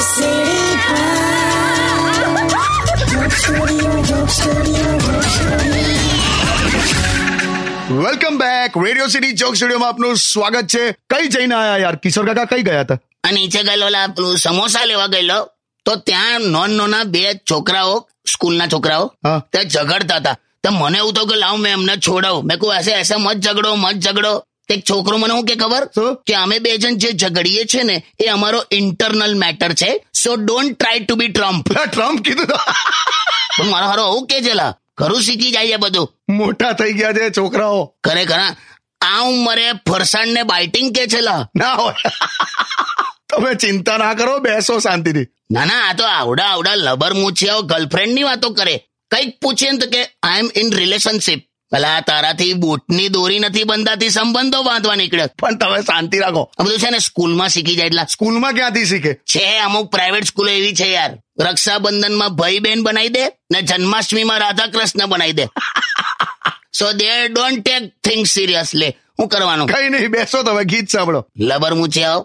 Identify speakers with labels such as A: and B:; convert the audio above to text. A: સીડી
B: welcome back radio city joke સ્ટુડિયોમાં આપનું સ્વાગત છે કઈ જઈને આયા યાર કિશોર કાકા કઈ ગયા હતા
C: આ નીચે ગયેલો ઓલા પેલું સમોસા લેવા ગયેલો તો ત્યાં નોન નોના બે છોકરાઓ સ્કૂલના છોકરાઓ
B: હા.
C: તે ઝઘડતા હતા તો મને એવું થયું કે લાવ મેં એમને છોડાવ મેં કહું એસે એસે મત ઝઘડો મત ઝઘડો તે એક છોકરો મને હું કે ખબર
B: શું?
C: કે અમે બે જણ જે ઝઘડીએ છે ને એ અમારો ઇન્ટરનલ મેટર છે so don't try to be Trump
B: પેલા ટ્રમ્પ કીધું
C: પણ મારો હારો આવું કે છેલા ખરું શીખી જાય છે બધું
B: મોટા થઈ ગયા છે છોકરાઓ
C: ખરેખર હા. આ ઉંમરે ફરસાણને બાઇટિંગ કે છેલા
B: ના હોય તમે ચિંતા ના કરો બેસો શાંતિથી
C: ના ના આ તો આવડા આવડા લબર મૂછિયાઓ ગર્લફ્રેન્ડ ની વાતો કરે કઈક પૂછે ને તો કે આઈ એમ ઇન રિલેશનશિપ ભલા તારાથી બૂટની દોરી નથી બંધાતી સંબંધો બાંધવા નીકળ્યો
B: પણ તમે શાંતિ રાખો
C: આ બધું છે ને સ્કૂલમાં શીખી જાય એટલા
B: સ્કૂલમાં ક્યાંથી શીખે
C: છે અમુક પ્રાઇવેટ સ્કૂલો એવી છે યાર રક્ષાબંધનમાં ભાઈ બહેન બનાવી દે ને જન્માષ્ટમીમાં રાધા કૃષ્ણ બનાવી દે સો દે ડોન્ટ ટેક થિંગ સિરિયસલી શું કરવાનું
B: કઈ નહીં બેસો તમે ગીત સાંભળો
C: લબર મૂછિયાઓ